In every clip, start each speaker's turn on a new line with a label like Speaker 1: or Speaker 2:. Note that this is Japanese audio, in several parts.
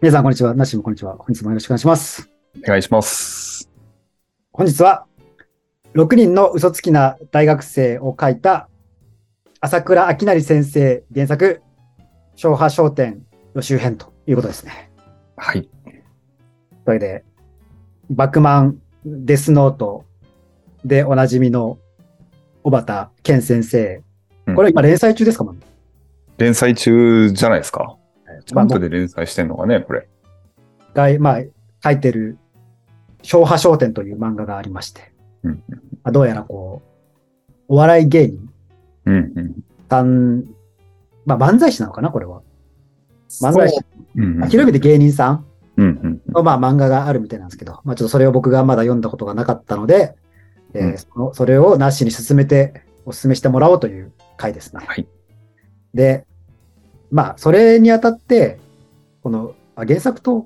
Speaker 1: 皆さん、こんにちは。なしもこんにちは。本日もよろしくお願いします。
Speaker 2: お願いします。
Speaker 1: 本日は、6人の嘘つきな大学生を書いた、朝倉明成先生原作、昭和商店予習編ということですね。
Speaker 2: は
Speaker 1: とい
Speaker 2: い。
Speaker 1: うわけで、バックマン、デスノートでおなじみの小畑健先生
Speaker 2: う。ん
Speaker 1: これ今連載中ですか、ま
Speaker 2: 連載中じゃないですか。ち
Speaker 1: あ
Speaker 2: ゃん
Speaker 1: も
Speaker 2: と
Speaker 1: う
Speaker 2: で連載してんのがね、これ。
Speaker 1: 一回、まあ、書いてる、昭和商店という漫画がありまして、
Speaker 2: うん
Speaker 1: まあどうやらこう、お笑い芸人
Speaker 2: うんうん。
Speaker 1: さん、まあ、漫才師なのかな、これは。漫才師。
Speaker 2: うんうん。
Speaker 1: 広めて芸人さん
Speaker 2: うんうん
Speaker 1: の、まあ、漫画があるみたいなんですけど、まあ、ちょっとそれを僕がまだ読んだことがなかったので、えー
Speaker 2: うん
Speaker 1: そのそれをなしに進めて、お勧めしてもらおうという回ですね。
Speaker 2: はい
Speaker 1: で、まあ、それにあたって、この、あ原作と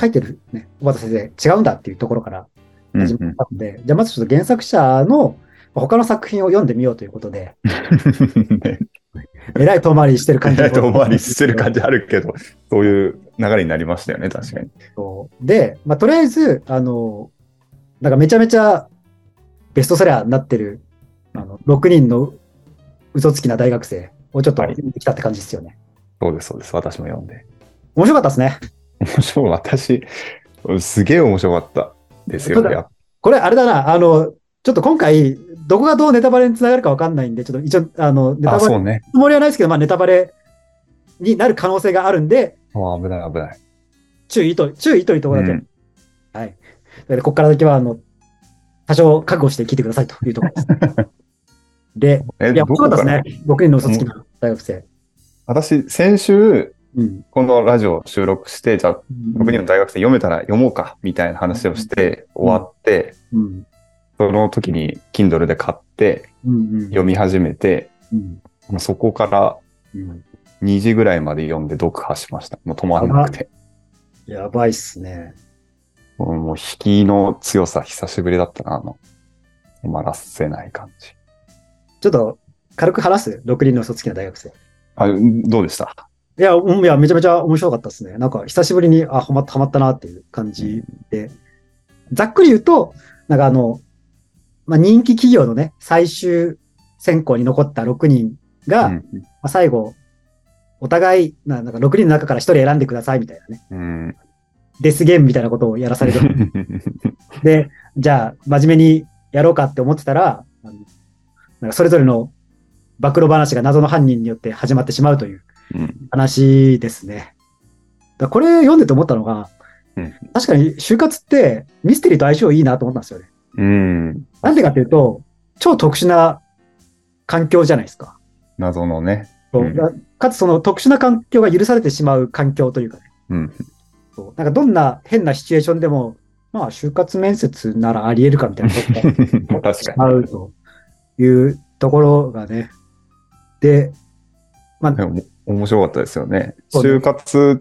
Speaker 1: 書いてるね、小畑先生、違うんだっていうところから
Speaker 2: うん
Speaker 1: 始
Speaker 2: う
Speaker 1: まっ
Speaker 2: ん。
Speaker 1: たので、じゃあまずちょっと原作者のまあ他の作品を読んでみようということ で、
Speaker 2: ね
Speaker 1: えらい遠回りしてる感じ。
Speaker 2: 遠回りしてる感じあるけど、そういう流れになりましたよね、確かに。
Speaker 1: そうで、まあ、とりあえず、あの、なんかめちゃめちゃベストセラーになってる、あの、6人の嘘つきな大学生をちょっと
Speaker 2: はい
Speaker 1: 見てきたって感じですよね。
Speaker 2: そうです、そうです。私も読んで。
Speaker 1: 面白かったですね。
Speaker 2: 面白い。私、すげえ面白かったですよ
Speaker 1: そうだ
Speaker 2: ね。
Speaker 1: これあれだな、あの、ちょっと今回、どこがどうネタバレにつながるかわかんないんで、ちょっと一応、あの、ネタバ
Speaker 2: あ、
Speaker 1: レ
Speaker 2: そ
Speaker 1: の
Speaker 2: うね。
Speaker 1: つもりはないですけど、まあネタバレになる可能性があるんで、
Speaker 2: あ危ない、危ない。
Speaker 1: 注意と、注意というところだけ。
Speaker 2: うん
Speaker 1: はい。で、ここからだけは、あの、多少覚悟して聞いてくださいというところです。 で、
Speaker 2: え、
Speaker 1: いや、
Speaker 2: ど
Speaker 1: 僕
Speaker 2: こ
Speaker 1: で
Speaker 2: か
Speaker 1: す
Speaker 2: ら
Speaker 1: ね。6人の嘘つきの大学生。
Speaker 2: 私、先週、
Speaker 1: うん。
Speaker 2: このラジオ収録して、じゃあ、僕にも大学生読めたら読もうか、みたいな話をして、
Speaker 1: ん
Speaker 2: 終わって、
Speaker 1: うん。
Speaker 2: その時に Kindle で買って
Speaker 1: うん。うん。
Speaker 2: 読み始めて、
Speaker 1: うん。
Speaker 2: もうそこから
Speaker 1: うん
Speaker 2: 2時ぐらいまで読んで読破しました。もう止まらなくて。
Speaker 1: やばいっすね。
Speaker 2: もうもう引きの強さ久しぶりだったな、あの、止まらせない感じ。
Speaker 1: ちょっと、軽く話す ?6 人の嘘つきの大学生。い
Speaker 2: あ、うんどうでした
Speaker 1: や、うんいや、めちゃめちゃ面白かったですね。なんか、久しぶりに、あ、はまった、はまったなっていう感じで。ざっくり言うと、なんかあの、まあ、人気企業のね、最終選考に残った6人が、
Speaker 2: うん
Speaker 1: まあ、最後、お互い、ななんか6人の中から1人選んでくださいみたいなね、
Speaker 2: うん。
Speaker 1: デスゲームみたいなことをやらされて、で、じゃあ、真面目にやろうかって思ってたら、あのなんかそれぞれの暴露話が謎の犯人によって始まってしまうという
Speaker 2: うん
Speaker 1: 話ですね。だからこれ読んでて思ったのが、
Speaker 2: うん
Speaker 1: 確かに就活ってミステリーと相性いいなと思ったんですよね。
Speaker 2: うん。
Speaker 1: なんでかっていうと、超特殊な環境じゃないですか。
Speaker 2: 謎のね。
Speaker 1: そう
Speaker 2: うん
Speaker 1: だかつその特殊な環境が許されてしまう環境というかね。
Speaker 2: うん。
Speaker 1: そうなんかどんな変なシチュエーションでも、まあ就活面接ならあり得るかみたいなことが
Speaker 2: 確か
Speaker 1: しまうというところがね。で、まあ
Speaker 2: に。で、も面白かったですよね。
Speaker 1: そうね
Speaker 2: 就活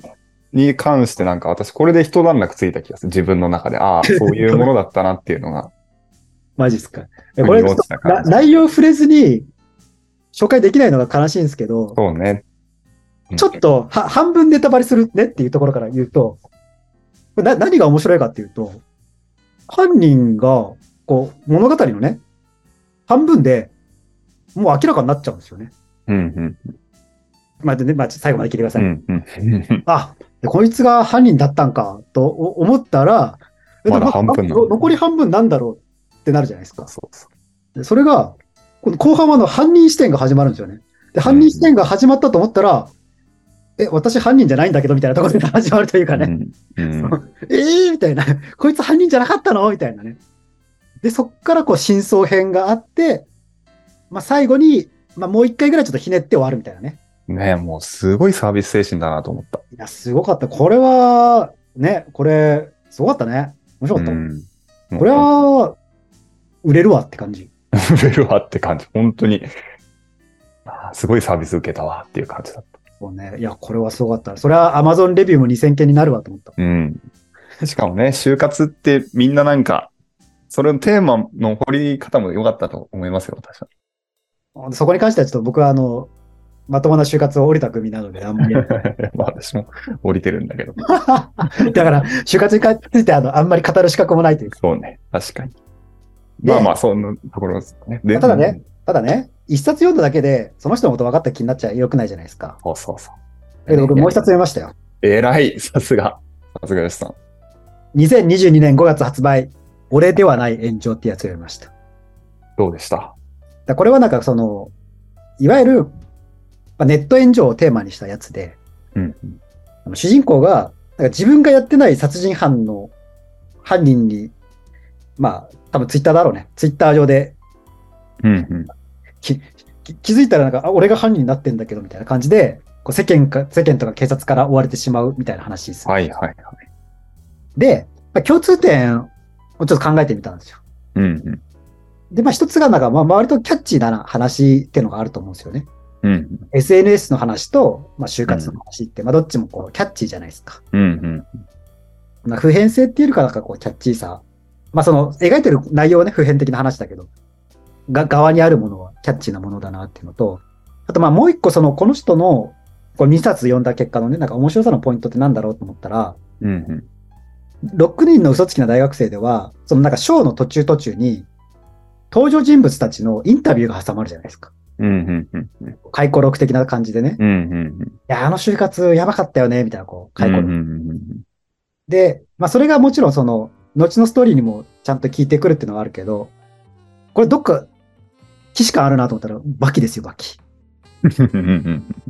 Speaker 2: に関してなんか私これで一段落ついた気がする。自分の中で。ああ、そういうものだったなっていうの が。
Speaker 1: マジっすか。えこれ
Speaker 2: 腑に落ちた感
Speaker 1: な
Speaker 2: じ
Speaker 1: 内容触れずに紹介できないのが悲しいんですけど、
Speaker 2: そうね。うん
Speaker 1: ちょっとは半分ネタバレするねっていうところから言うと、な何が面白いかっていうと、犯人がこう物語のね、半分でもう明らかになっちゃうんですよね。
Speaker 2: うん
Speaker 1: まあ、でね、まあ、最後まで聞いてくだ
Speaker 2: う
Speaker 1: さい。
Speaker 2: ん。うんうん。
Speaker 1: あでこいつが犯人だったんかとお思ったら、え
Speaker 2: まだ半分なの
Speaker 1: の残り半分なんだろうってなるじゃないですか。
Speaker 2: そうそ
Speaker 1: でそれが、この後半はあの犯人視点が始まるんですよね。で、犯人視点が始まったと思ったら、え、私犯人じゃないんだけどみたいなところで始まるというか
Speaker 2: う。
Speaker 1: ね、
Speaker 2: うん。うん
Speaker 1: えーみたいな、こいつ犯人じゃなかったのみたいなね。で、そっからこう真相編があって、まあ最後に、まあもう一回ぐらいちょっとひねって終わるみたいなね。
Speaker 2: ねえもうすごいサービス精神だなと思った。
Speaker 1: いや、すごかった。これは、ね、これ、すごかったね。面白かった。
Speaker 2: うん
Speaker 1: これ、は、売れるわって感じ。
Speaker 2: 売れるわって感じ。本当に。ああすごいサービス受けたわっていう感じだった。
Speaker 1: そうね。いや、これはすごかった。それは Amazon レビューも2000件になるわと思った。
Speaker 2: うん。しかもね、就活ってみんななんか、それのテーマの掘り方も良かったと思いますよ、私は。
Speaker 1: そこに関してはちょっと僕はあの、まともな就活を降りた組なので、あん まり。だか
Speaker 2: まあ私も降りてるんだけど。
Speaker 1: ら、就活についてあの、あんまり語る資格もないというか。
Speaker 2: そうね。確かに。
Speaker 1: で
Speaker 2: まあまあ、そんなところですかね。で
Speaker 1: ただね。ただね、一冊読んだだけで、その人のこと分かった気になっちゃよくないじゃないですか。
Speaker 2: そうそうそう。
Speaker 1: だけど僕もう一冊読みましたよ。
Speaker 2: えらい。さすが。さすが吉さん。
Speaker 1: 2022年5月発売、俺ではない炎上ってやつを読みました。
Speaker 2: どうでした
Speaker 1: だこれはなんかその、いわゆる、まあネット炎上をテーマにしたやつで、
Speaker 2: うん。
Speaker 1: あの主人公が、なんか自分がやってない殺人犯の犯人に、まあ、多分ツイッターだろうね。ツイッター上で
Speaker 2: うんうん。
Speaker 1: きき気づいたらなんか、あ、俺が犯人になってんだけど、みたいな感じで、こう世間か、世間とか警察から追われてしまうみたいな話です。
Speaker 2: はいはいはい。
Speaker 1: で、まあ、共通点をちょっと考えてみたんですよ。
Speaker 2: うんうん。
Speaker 1: で、まあ一つがなんか、まあ割とキャッチーな話っていうのがあると思うんですよね。
Speaker 2: うん。
Speaker 1: SNS の話と、まあ、就活の話って、まあ、どっちもこうキャッチーじゃないですか。
Speaker 2: うんうん。
Speaker 1: まあ、普遍性っていうよりか、なんかこうキャッチーさ。まあ、その描いてる内容はね、普遍的な話だけど、が側にあるものはキャッチーなものだなっていうのと、あとまあもう一個その、この人の、こう2冊読んだ結果のね、なんか面白さのポイントってなんだろうと思ったら、
Speaker 2: うんうん。
Speaker 1: 6人の嘘つきな大学生では、そのなんかショーの途中途中に、登場人物たちのインタビューが挟まるじゃないですか。
Speaker 2: うんうんうんうん。
Speaker 1: 回顧録的な感じでね。
Speaker 2: うんうんうん。
Speaker 1: いや、あの就活やばかったよね、みたいな、こう、解雇、
Speaker 2: うんうんうん
Speaker 1: で、まあ、それがもちろん、その、後のストーリーにもちゃんと聞いてくるっていうのはあるけど、これどっか、既視感あるなと思ったら、バキですよ、バキ。
Speaker 2: うんうんう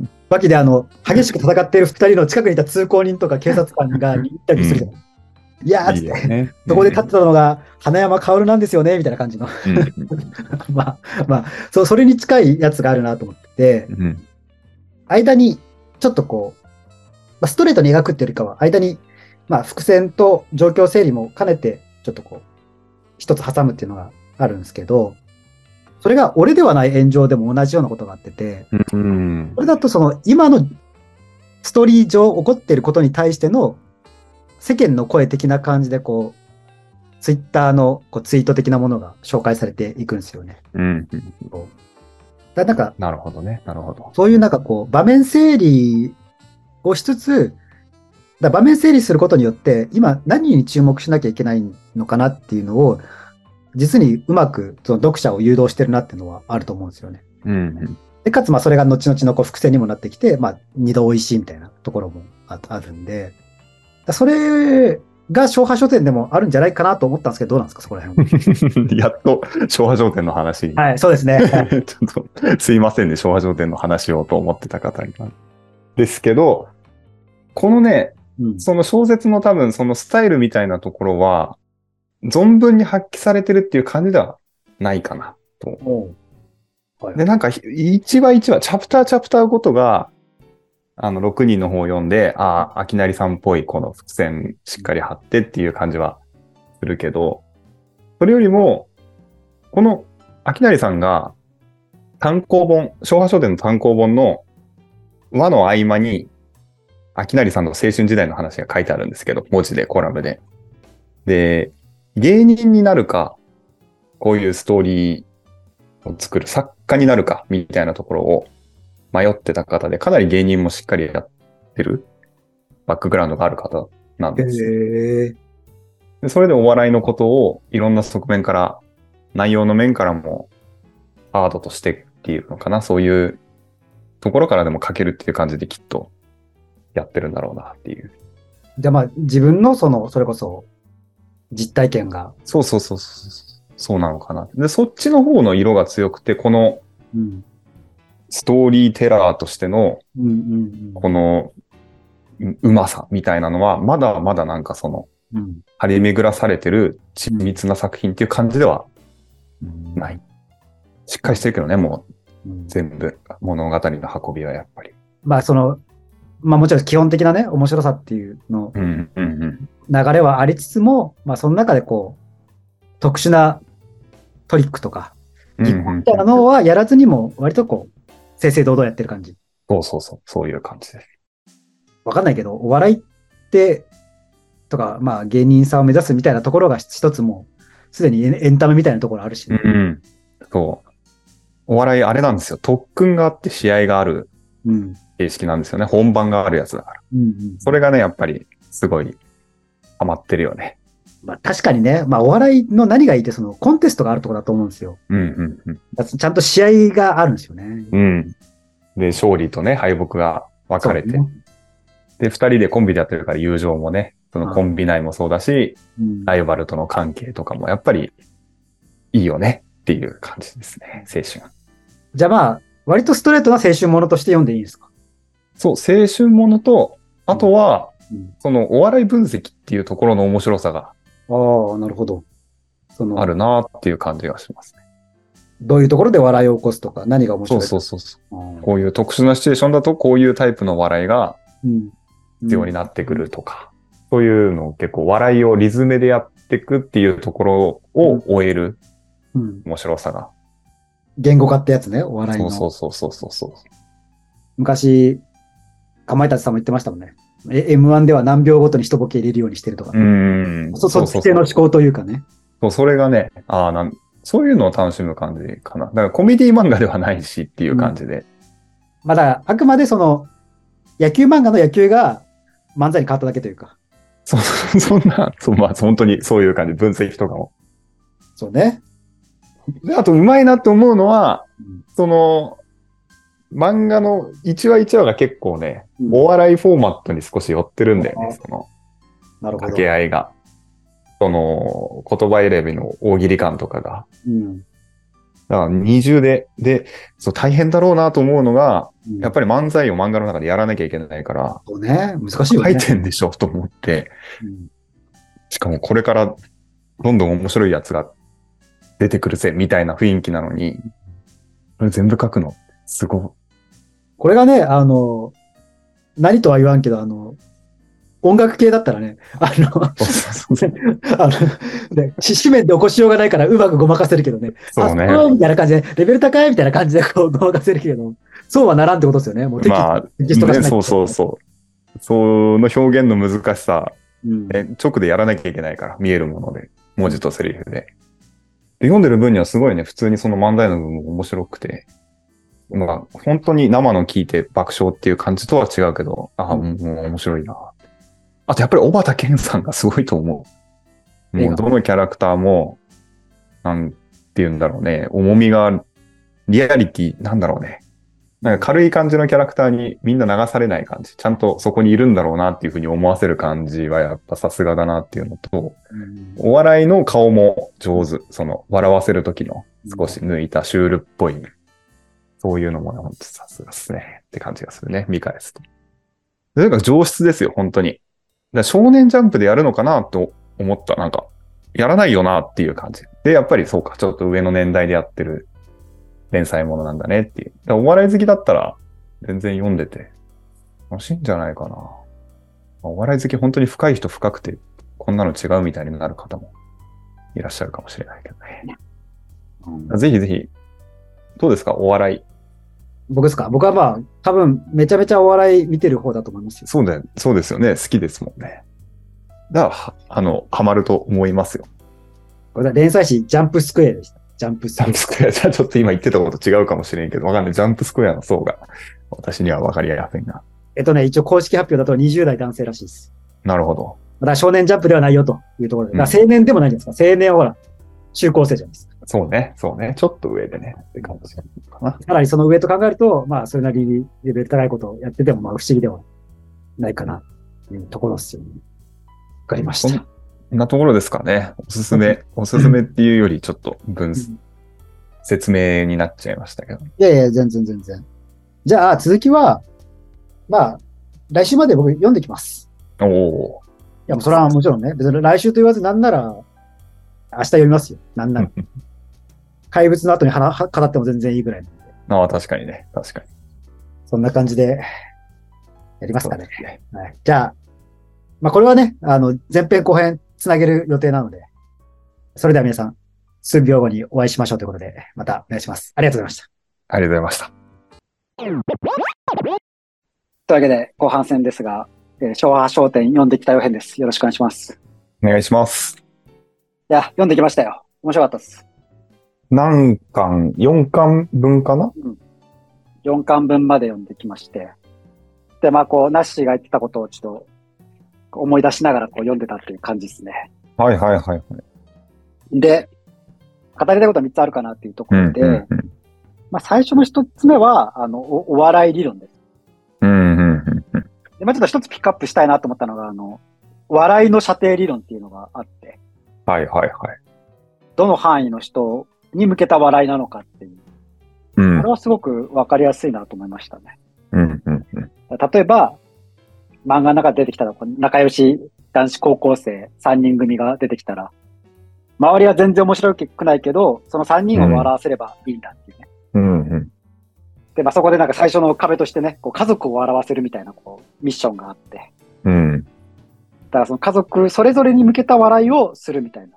Speaker 2: ん
Speaker 1: バキで、あの、激しく戦っている二人の近くにいた通行人とか警察官がインタビューするじゃない。いやー、
Speaker 2: い
Speaker 1: つっ
Speaker 2: いよ
Speaker 1: て、
Speaker 2: ね。
Speaker 1: そこで立ってたのが、花山薫なんですよね、みたいな感じの。
Speaker 2: うん
Speaker 1: まあ、まあ、そう、それに近いやつがあるなと思ってて、
Speaker 2: うんうん
Speaker 1: 間に、ちょっとこう、まあ、ストレートに描くっていうよりかは、間に、まあ、伏線と状況整理も兼ねて、ちょっとこう、一つ挟むっていうのがあるんですけど、それが俺ではない炎上でも同じようなことがあってて、
Speaker 2: うん
Speaker 1: これだとその、今のストーリー上起こってることに対しての、世間の声的な感じで、こう、ツイッターのこうツイート的なものが紹介されていくんですよね。
Speaker 2: うん
Speaker 1: だからなんか、
Speaker 2: なるほどね。なるほど。
Speaker 1: そういうなんかこう、場面整理をしつつ、だ場面整理することによって、今何に注目しなきゃいけないのかなっていうのを、実にうまくその読者を誘導してるなっていうのはあると思うんですよね。
Speaker 2: うん
Speaker 1: で、かつまあそれが後々のこう伏線にもなってきて、まあ二度美味しいみたいなところもああるんで、だそれが昭和書店でもあるんじゃないかなと思ったんですけど、どうなんですか、そこら辺は。
Speaker 2: うん。やっと昭和商店の話に。
Speaker 1: はい、そうですね。はい
Speaker 2: ちょっとすいませんね、昭和商店の話をと思ってた方に。ですけど、このね、
Speaker 1: うん
Speaker 2: その小説の多分そのスタイルみたいなところは、存分に発揮されてるっていう感じではないかな。
Speaker 1: おうはい
Speaker 2: で、なんかひ一話一話、チャプターチャプターごとが、あの、6人の方を読んで、ああ、秋成さんっぽいこの伏線しっかり張ってっていう感じはするけど、それよりも、この秋成さんが単行本、昭和書店の単行本の和の合間に、秋成さんの青春時代の話が書いてあるんですけど、文字で、コラムで。で、芸人になるか、こういうストーリー、を作る作家になるかみたいなところを迷ってた方で、かなり芸人もしっかりやってるバックグラウンドがある方なん
Speaker 1: へ
Speaker 2: ですよ。
Speaker 1: え。
Speaker 2: でそれでお笑いのことをいろんな側面から、内容の面からもハードとしてっていうのかな、そういうところからでも書けるっていう感じできっとやってるんだろうなっていう。
Speaker 1: じゃあまあ自分のその、それこそ実体験が
Speaker 2: そうそうそうそうそう、そうなのかな。で、そっちの方の色が強くて、この
Speaker 1: うん
Speaker 2: ストーリーテラーとしての
Speaker 1: うんうん
Speaker 2: このううまさみたいなのは、まだまだなんかその、
Speaker 1: うん
Speaker 2: 張り巡らされてる緻密な作品っていう感じでは
Speaker 1: うん
Speaker 2: ない。しっかりしてるけどね、もう
Speaker 1: うん
Speaker 2: 全部、物語の運びはやっぱり。
Speaker 1: まあその、まあもちろん基本的なね、面白さっていうの
Speaker 2: うん、うん、うん。
Speaker 1: 流れはありつつも、まあその中でこう、特殊なトリックとか、
Speaker 2: うん
Speaker 1: 技
Speaker 2: う
Speaker 1: 巧
Speaker 2: ん
Speaker 1: みたいなのはやらずにも、割とこう、正々堂々やってる感じ。
Speaker 2: そうそうそう、そういう感じです。
Speaker 1: わかんないけど、お笑いって、とか、まあ芸人さんを目指すみたいなところが一つもう、すでにエンエンタメみたいなところあるし、
Speaker 2: うん、そう。お笑いあれなんですよ。特訓があって試合がある
Speaker 1: うん。
Speaker 2: 形式なんですよね。本番があるやつだから。
Speaker 1: うんうん。
Speaker 2: それがね、やっぱりすごいハマってるよね。
Speaker 1: まあ確かにね、まあお笑いの何がいいって、そのコンテストがあるところだと思うんですよ。
Speaker 2: うんうん
Speaker 1: だからちゃんと試合があるんですよね。
Speaker 2: うん。うん。で、勝利とね、敗北が分かれて。
Speaker 1: そうね
Speaker 2: で、二人でコンビでやってるから友情もね、そのコンビ内もそうだし、
Speaker 1: うん
Speaker 2: ライバルとの関係とかもやっぱりいいよねっていう感じですね、青春。
Speaker 1: じゃあまあ、割とストレートな青春ものとして読んでいいですか
Speaker 2: そう、青春ものと、あとは、
Speaker 1: うん
Speaker 2: そのお笑い分析っていうところの面白さが
Speaker 1: ああ、なるほど。その
Speaker 2: あるなっていう感じがしますね。
Speaker 1: どういうところで笑いを起こすとか、何が面
Speaker 2: そ
Speaker 1: 白いう
Speaker 2: そううそうそう。
Speaker 1: そう
Speaker 2: こういう特殊なシチュエーションだと、こういうタイプの笑いが
Speaker 1: うん。
Speaker 2: 必要になってくるとか、そういうのを結構笑いをリズムでやっていくっていうところを終える
Speaker 1: うん。
Speaker 2: 面白さが。
Speaker 1: 言語化ってやつね、お笑い
Speaker 2: そ
Speaker 1: の。
Speaker 2: うそうそうそうそうそう。
Speaker 1: 昔、かまいたちさんも言ってましたもんね。え M1 では何秒ごとに一ボケ入れるようにしてるとか、
Speaker 2: うーん。
Speaker 1: そそっ
Speaker 2: そう
Speaker 1: ち系の思考というかね。
Speaker 2: そうそれがね、ああ、なん、そういうのを楽しむ感じかな。だからコメディ漫画ではないしっていう感じで。
Speaker 1: まあだから、あくまでその、野球漫画の野球が漫才に変わっただけというか。
Speaker 2: そう、 そんな、そう、まあ本当にそういう感じ、分析とかも。
Speaker 1: そうね。
Speaker 2: で、あとうまいなと思うのは、
Speaker 1: うん
Speaker 2: その、漫画の1話1話が結構ね、
Speaker 1: うん
Speaker 2: お笑いフォーマットに少し寄ってるんだよね、その
Speaker 1: なるほ
Speaker 2: 掛
Speaker 1: ど。
Speaker 2: け合いが。その、言葉選びの大喜利感とかが。
Speaker 1: うん
Speaker 2: だから二重で、で、そう大変だろうなと思うのが、
Speaker 1: うん
Speaker 2: やっぱり漫才を漫画の中でやらなきゃいけないから、
Speaker 1: そうね。難しいよ
Speaker 2: 書
Speaker 1: ね。
Speaker 2: いてんでしょと思って、
Speaker 1: うん
Speaker 2: しかもこれからどんどん面白いやつが出てくるぜ、みたいな雰囲気なのに、これ全部書くの、すご
Speaker 1: これがね、あの、何とは言わんけど、あの、音楽系だったらね、あ の、
Speaker 2: い。そうそう
Speaker 1: あの、ね、し紙面で起こしようがないからうまくごまかせるけどね。
Speaker 2: そうね
Speaker 1: あ。みたいな感じで、レベル高いみたいな感じでこうごまかせるけど、そうはならんってことですよね。もうテキスト,、
Speaker 2: まあ、
Speaker 1: テキスト化し
Speaker 2: ね
Speaker 1: ないと
Speaker 2: そうそうそう。その表現の難しさ、
Speaker 1: うん
Speaker 2: ね直でやらなきゃいけないから、見えるもので、文字とセリフで。で読んでる分にはすごいね、普通にその漫才の部分も面白くて、まあ、本当に生の聞いて爆笑っていう感じとは違うけど、ああ、もう面白いな。あとやっぱり小畑健さんがすごいと思う。
Speaker 1: 映
Speaker 2: も
Speaker 1: 画
Speaker 2: うどのキャラクターも、なんて言うんだろうね、重みがある、リアリティ、なんだろうね。なんか軽い感じのキャラクターにみんな流されない感じ。ちゃんとそこにいるんだろうなっていうふうに思わせる感じはやっぱさすがだなっていうのと、
Speaker 1: うん
Speaker 2: お笑いの顔も上手。その、笑わせる時の少し抜いたシュールっぽい。そういうのもね、ほんとさすがっすね。って感じがするね。見返すと。とにかく上質ですよ、本当に。だから少年ジャンプでやるのかなと思った。なんか、やらないよなっていう感じ。で、やっぱりそうか、ちょっと上の年代でやってる連載ものなんだねっていう。だからお笑い好きだったら、全然読んでて、楽しいんじゃないかな。お笑い好き、本当に深い人深くて、こんなの違うみたいになる方もいらっしゃるかもしれないけどね。ぜひぜひ。どうですかお笑い。
Speaker 1: 僕ですか僕はまあ、多分、めちゃめちゃお笑い見てる方だと思いますよ。
Speaker 2: そうだよ、そうですよね。好きですもんね。だからは、あの、ハマると思いますよ。
Speaker 1: これ連載誌、ジャンプスクエアでした。ジャンプスク
Speaker 2: ジャ
Speaker 1: エ
Speaker 2: ンプスクエア。じゃあちょっと今言ってたこと違うかもしれんけど、わかんない。ジャンプスクエアの層が、私にはわかりやすいな。
Speaker 1: ア。えっとね、一応公式発表だと20代男性らしいです。
Speaker 2: なるほど。
Speaker 1: だから少年ジャンプではないよというところで。だから青年でもないじゃないですか。青年はほら、中高生じゃないですか。
Speaker 2: そうね、そうね。ちょっと上でね。って感じかな。
Speaker 1: さらにその上と考えると、まあ、それなりにレベル高いことをやってても、まあ、不思議ではないかな、というところですよね。わかりまし
Speaker 2: そ
Speaker 1: た。
Speaker 2: んなところですかね。おすすめ、おすすめっていうより、ちょっと分、
Speaker 1: ん
Speaker 2: 説明になっちゃいましたけど。
Speaker 1: いやいや、全然全然。じゃあ、続きは、まあ、来週まで僕読んできます。
Speaker 2: おお
Speaker 1: いや、もうそれはもちろんね、別に来週と言わずなんなら、明日読みますよ。なん なら。怪物の後に話は語っても全然いいぐらいなんで。
Speaker 2: ー。ああ、確かにね。確かに。
Speaker 1: そんな感じで、やりますか
Speaker 2: そう
Speaker 1: ね
Speaker 2: で。すね。
Speaker 1: はい、じゃあ、まあ、これはね、あの、前編後編つなげる予定なので、それでは皆さん、数秒後にお会いしましょうということで、またお願いします。ありがとうございました。
Speaker 2: ありがとうございました。
Speaker 1: というわけで、後半戦ですが、えー昭和商店読んできたよ編です。よろしくお願いします。
Speaker 2: お願いします。
Speaker 1: いや、読んできましたよ。面白かったです。
Speaker 2: 何巻 ?4 巻分かな
Speaker 1: 4巻分まで読んできまして、で、まあ、こう、ナッシーが言ってたことをちょっと思い出しながらこう読んでたっていう感じですね。
Speaker 2: はいはいはいはい。
Speaker 1: で、語りたいことは3つあるかなっていうところで、
Speaker 2: うん
Speaker 1: まあ、最初の1つ目は、あの、おお笑い理論です。
Speaker 2: うんうんうんうん
Speaker 1: で、まあ、ちょっと1つピックアップしたいなと思ったのが、あの、笑いの射程理論っていうのがあって、
Speaker 2: はいはいはい。
Speaker 1: どの範囲の人に向けた笑いなのかっていう、
Speaker 2: うん
Speaker 1: これはすごくわかりやすいなと思いましたね。
Speaker 2: うんうんうん
Speaker 1: 例えば、漫画の中で出てきたら、こう仲良し男子高校生3人組が出てきたら、周りは全然面白くないけど、その3人を笑わせればいいんだっていうね。
Speaker 2: うんうん
Speaker 1: で、まあ、そこでなんか最初の壁としてね、こう家族を笑わせるみたいなこうミッションがあって、だ
Speaker 2: うん
Speaker 1: からその家族それぞれに向けた笑いをするみたいな。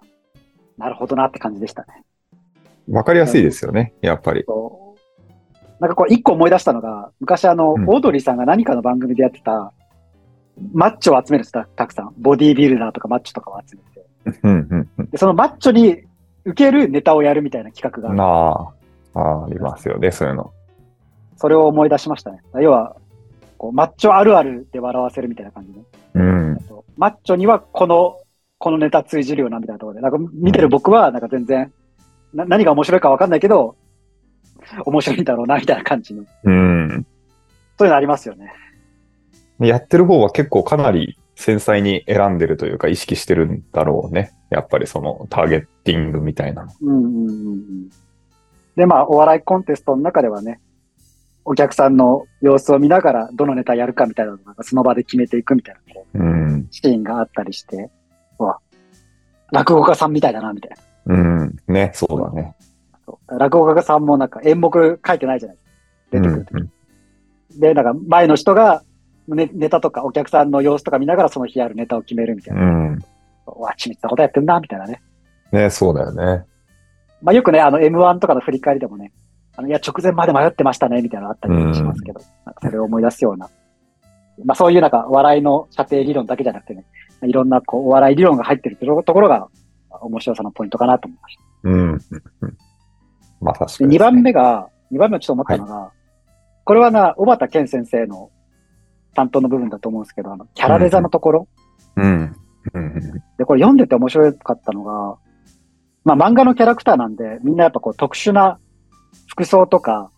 Speaker 1: なるほどなって感じでしたね。
Speaker 2: わかりやすいですよね、やっぱり。
Speaker 1: こうなんかこう、一個思い出したのが、昔あの、
Speaker 2: うん
Speaker 1: オードリーさんが何かの番組でやってた、マッチョを集めるんですたたくさん。ボディービルダーとかマッチョとかを集めて。
Speaker 2: うんうんうん
Speaker 1: で、そのマッチョに受けるネタをやるみたいな企画がある、
Speaker 2: ああ、あありますよね、そういうの。
Speaker 1: それを思い出しましたね。要は、こう、マッチョあるあるで笑わせるみたいな感じで、
Speaker 2: うん。
Speaker 1: そうマッチョにはこの、このネタ通じるよな、みたいなところで。なんか見てる僕は、なんか全然、な何が面白いかわかんないけど、面白いんだろうな、みたいな感じの。
Speaker 2: うん。
Speaker 1: そういうのありますよね。
Speaker 2: やってる方は結構かなり繊細に選んでるというか意識してるんだろうね。やっぱりそのターゲッティングみたいなの。
Speaker 1: うんうんうんうん。で、まあ、お笑いコンテストの中ではね、お客さんの様子を見ながら、どのネタやるかみたいなのをなんかその場で決めていくみたいな。こう
Speaker 2: うん。
Speaker 1: シーンがあったりして、うわ、落語家さんみたいだな、みたいな
Speaker 2: うん。ね、そうだね。
Speaker 1: そう。落語家さんもなんか演目書いてないじゃないですか。出てくるとき、
Speaker 2: うん
Speaker 1: で、なんか前の人がネネタとかお客さんの様子とか見ながらその日やるネタを決めるみたいな。
Speaker 2: うん。うん
Speaker 1: うわ、緻密なことやってんな、みたいなね。
Speaker 2: ね、そうだよね。
Speaker 1: まあよくね、あの M1 とかの振り返りでもね、あのいや、直前まで迷ってましたね、みたいなのあったりしますけど、なんかそれを思い出すような。まあそういうなんか笑いの射程理論だけじゃなくてね、いろんなこうお笑い理論が入ってるところが面白さのポイントかなと思いました。
Speaker 2: うん。うんうんまさしく
Speaker 1: で
Speaker 2: ですね、
Speaker 1: 2番目が、2番目はちょっと思ったのが、これはな、小畑健先生の担当の部分だと思うんですけど、あの、キャラデザのところ、
Speaker 2: うん。うん。
Speaker 1: で、これ読んでて面白かったのが、まあ漫画のキャラクターなんで、みんなやっぱこう特殊な服装とか、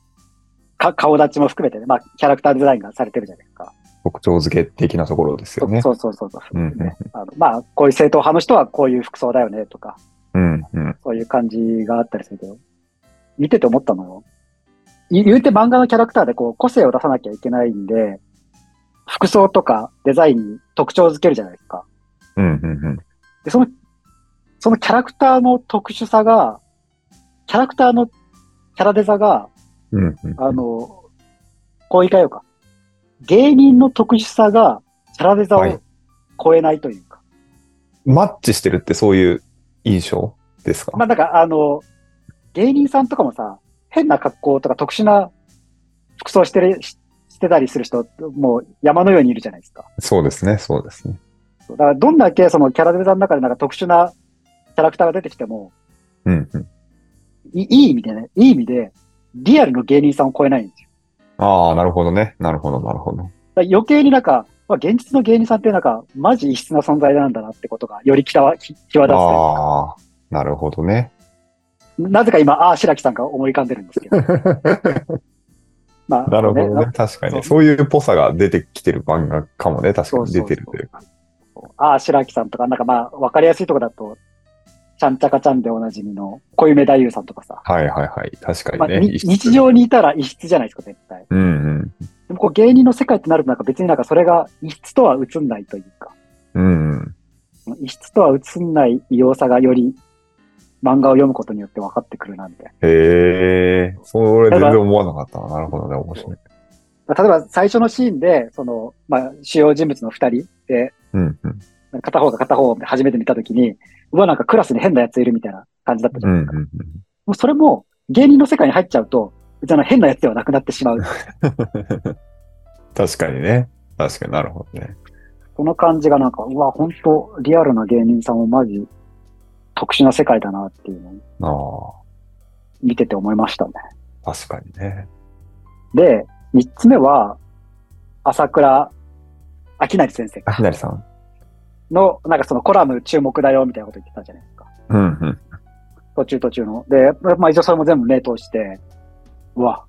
Speaker 1: か顔立ちも含めてね、まあキャラクターデザインがされてるじゃないですか。
Speaker 2: 特徴付け的なところですよね。
Speaker 1: そうそうそうそう。
Speaker 2: うんうんうん
Speaker 1: ねあのまあこういう正統派の人はこういう服装だよねとか、
Speaker 2: うん。うん。
Speaker 1: そういう感じがあったりするけど、見てて思ったのよ。い言うて漫画のキャラクターでこう個性を出さなきゃいけないんで、服装とかデザインに特徴づけるじゃないですか。
Speaker 2: うん。うん。
Speaker 1: で、その、そのキャラクターの特殊さが、キャラクターのキャラデザが、
Speaker 2: うん。うんうん。
Speaker 1: あの、こう言い換えようか。芸人の特殊さがキャラデザ
Speaker 2: はい
Speaker 1: を超えないというか。
Speaker 2: マッチしてるってそういう印象ですか、
Speaker 1: まあなんかあの、芸人さんとかもさ、変な格好とか特殊な服装してるししてたりする人、もう山のようにいるじゃないですか。
Speaker 2: そうですね、そうですね。
Speaker 1: だからどんだけそのキャラデザの中でなんか特殊なキャラクターが出てきても、
Speaker 2: うん。うん、
Speaker 1: いいい意味でね、いい意味で、リアルの芸人さんを超えないんですよ。
Speaker 2: ああ、なるほどね。なるほど、なるほど。
Speaker 1: だから余計になんか、まあ、現実の芸人さんってなんか、マジ異質な存在なんだなってことが、より際立つというか。
Speaker 2: ああ、なるほどね。
Speaker 1: なぜか今、ああ、白木さんが思い浮かんでるんです けど。まあ、
Speaker 2: なるほど
Speaker 1: な
Speaker 2: ね。確かに
Speaker 1: そう
Speaker 2: ね。そういうぽさが出てきてる漫画かもね。確か
Speaker 1: そう
Speaker 2: に
Speaker 1: そうそ
Speaker 2: 出
Speaker 1: う
Speaker 2: てるというか。
Speaker 1: ああ、白木さんとか、なんかまあ、わかりやすいとこだと、ちゃんちゃかちゃんでおなじみの小夢太夫さんとかさ、
Speaker 2: はいはいはい。確か
Speaker 1: まあ、
Speaker 2: にね。
Speaker 1: に
Speaker 2: 異質
Speaker 1: 日。常にいたら異質じゃないですか、絶対。
Speaker 2: うん
Speaker 1: でもこう芸人の世界ってなると、なんか別になんかそれが異質とは映んないというか、
Speaker 2: うん。うんうん。
Speaker 1: その異質とは映んない異様さがより漫画を読むことによって分かってくるな、みたいな。
Speaker 2: へえ。それ
Speaker 1: だ
Speaker 2: 全
Speaker 1: から
Speaker 2: 然思わなかったな。なるほどね。面白い。
Speaker 1: だから例えば最初のシーンで、その、まあ、主要人物の二人で、
Speaker 2: うんうん。
Speaker 1: 片方が片方を初めて見たときに、うわ、なんかクラスに変なやついるみたいな感じだったじ
Speaker 2: う
Speaker 1: ゃ
Speaker 2: ん
Speaker 1: な
Speaker 2: う
Speaker 1: い
Speaker 2: ん
Speaker 1: ですか。
Speaker 2: うん。
Speaker 1: もうそれも芸人の世界に入っちゃうと、別にあの変なやつではなくなってしまう。
Speaker 2: 確かにね。確かになるほどね。
Speaker 1: この感じがなんか、うわ、本当リアルな芸人さんもマジ特殊な世界だなっていうのを
Speaker 2: あ
Speaker 1: 見てて思いましたね。
Speaker 2: あ、確かにね。
Speaker 1: で、三つ目は、朝倉明成先生
Speaker 2: あ、ひなりさん。
Speaker 1: の、なんかそのコラム注目だよみたいなこと言ってたじゃないですか。
Speaker 2: うん、うん。
Speaker 1: 途中途中の。で、まあ一応それも全部目通して、うわ、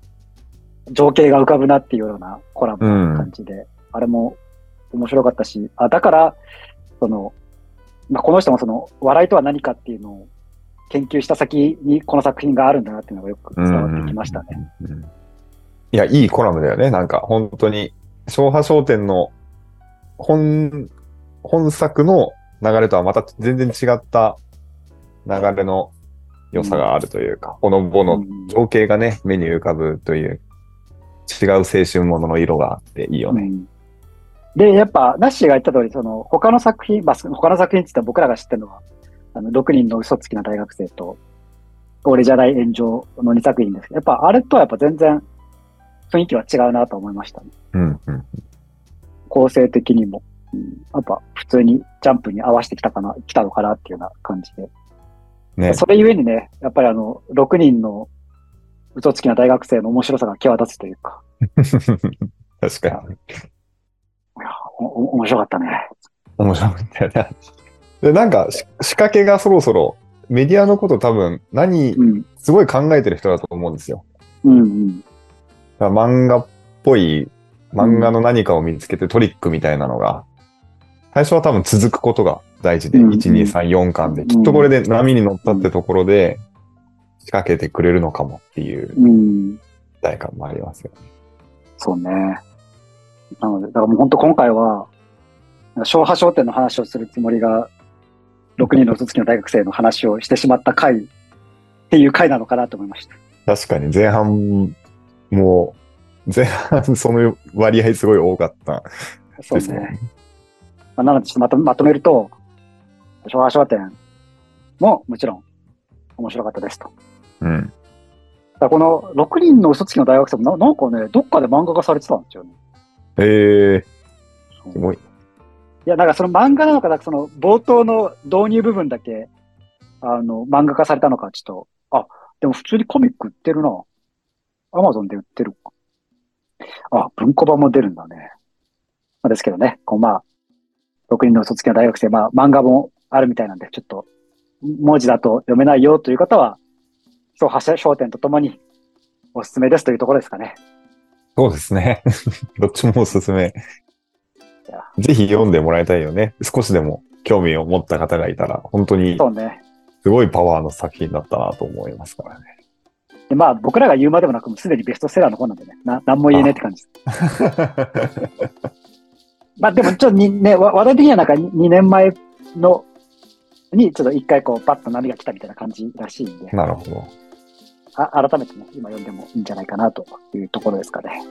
Speaker 1: 情景が浮かぶなっていうようなコラムの感じで、あれも面白かったし、あ、だから、その、まあ、この人もその、笑いとは何かっていうのを研究した先にこの作品があるんだなっていうのがよく伝わってきましたね。
Speaker 2: うんうんいや、いいコラムだよね。なんか、本当に、昭和商店の本、本作の流れとはまた全然違った流れの良さがあるというか、ほのぼ
Speaker 1: う
Speaker 2: の
Speaker 1: ん
Speaker 2: 情景がね、目に浮かぶという、違う青春ものの色があっていいよ
Speaker 1: う
Speaker 2: ね。
Speaker 1: んで、やっぱ、ナッシーが言った通り、その、他の作品、まあ、その他の作品って言ったら僕らが知ってるのは、あの、6人の嘘つきな大学生と、俺じゃない炎上の2作品ですけど、やっぱ、あれとはやっぱ全然、雰囲気は違うなと思いましたね。
Speaker 2: うん、うん。
Speaker 1: 構成的にも。うん、やっぱ、普通にジャンプに合わせてきたかな、来たのかなっていうような感じで。
Speaker 2: ね。
Speaker 1: それゆえにね、やっぱりあの、6人の嘘つきな大学生の面白さが際立つというか、
Speaker 2: 確かに。
Speaker 1: おお面白かったね。
Speaker 2: 面白かったよね。で、なんか、し仕掛けがそろそろ、メディアのこと多分、何、
Speaker 1: うん。
Speaker 2: すごい考えてる人だと思うんですよ。
Speaker 1: うんうん。
Speaker 2: だから漫画っぽい、漫画の何かを見つけてトリックみたいなのが、最初は多分続くことが大事で、
Speaker 1: うん
Speaker 2: 1、2、3、4巻で、きっとこれで波に乗ったってところで、仕掛けてくれるのかもっていう
Speaker 1: うん。
Speaker 2: 期待感もありますよね。
Speaker 1: そうね。なので、だからもう本当今回は、昭和商店の話をするつもりが、6人の嘘つきの大学生の話をしてしまった回っていう回なのかなと思いました。
Speaker 2: 確かに前半も、前半 その割合すごい多かった
Speaker 1: そう
Speaker 2: です
Speaker 1: ね。
Speaker 2: ね。
Speaker 1: まあ、なので、ちょっとまとまとめると、昭和商店ももちろん面白かったですと。
Speaker 2: う
Speaker 1: だ
Speaker 2: ん。
Speaker 1: からこの6人の嘘つきの大学生もな、なんかね、どっかで漫画化されてたんですよね。
Speaker 2: えー、
Speaker 1: そう
Speaker 2: すごい。
Speaker 1: いや、なんかその漫画なのか、なんかその冒頭の導入部分だけ、あの、漫画化されたのか、ちょっと、あ、でも普通にコミック売ってるな。アマゾンで売ってる。あ、文庫版も出るんだね。まあ、ですけどね、こうまあ、6人の卒業の大学生、まあ漫画もあるみたいなんで、ちょっと、文字だと読めないよという方は、そう、発射商店とともにおすすめですというところですかね。
Speaker 2: そうですね。 どっちもおすすめ
Speaker 1: いや。
Speaker 2: ぜひ読んでもらいたいよね。少しでも興味を持った方がいたら、本当に
Speaker 1: そうね。
Speaker 2: すごいパワーの作品だったなと思いますからね。
Speaker 1: でまあ僕らが言うまでもなく、もうすでにベストセラーの本なんでね、な、なんも言えねえって感じですまあでもちょっとに、ね、わ話題的にはなんか2年前のにちょっと一回こうバッと波が来たみたいな感じらしいんで、
Speaker 2: なるほど。
Speaker 1: あ改めてね、今読んでもいいんじゃないかなというところですかね。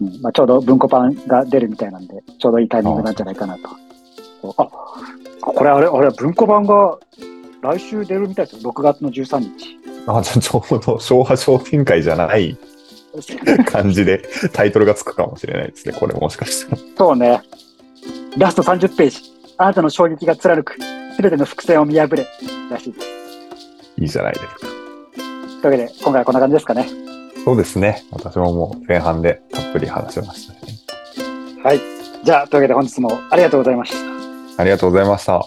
Speaker 1: うんまあ、ちょうど文庫版が出るみたいなんで、ちょうどいいタイミングなんじゃないかなと。そうあこれあれ、あれ、文庫版が来週出るみたいですよ、6月の13日。
Speaker 2: あ、じゃあちょうど昭和商店会じゃない感じでタイトルがつくかもしれないですね。これもしかしたら。
Speaker 1: そうね。ラスト30ページ。あなたの衝撃が貫く。すべての伏線を見破れ。らしいです。
Speaker 2: いいじゃないですか。
Speaker 1: というわけで、今回はこんな感じですかね。
Speaker 2: そうですね。私ももう前半でたっぷり話しましたね。
Speaker 1: はい。じゃあ、というわけで本日もありがとうございました。
Speaker 2: ありがとうございました。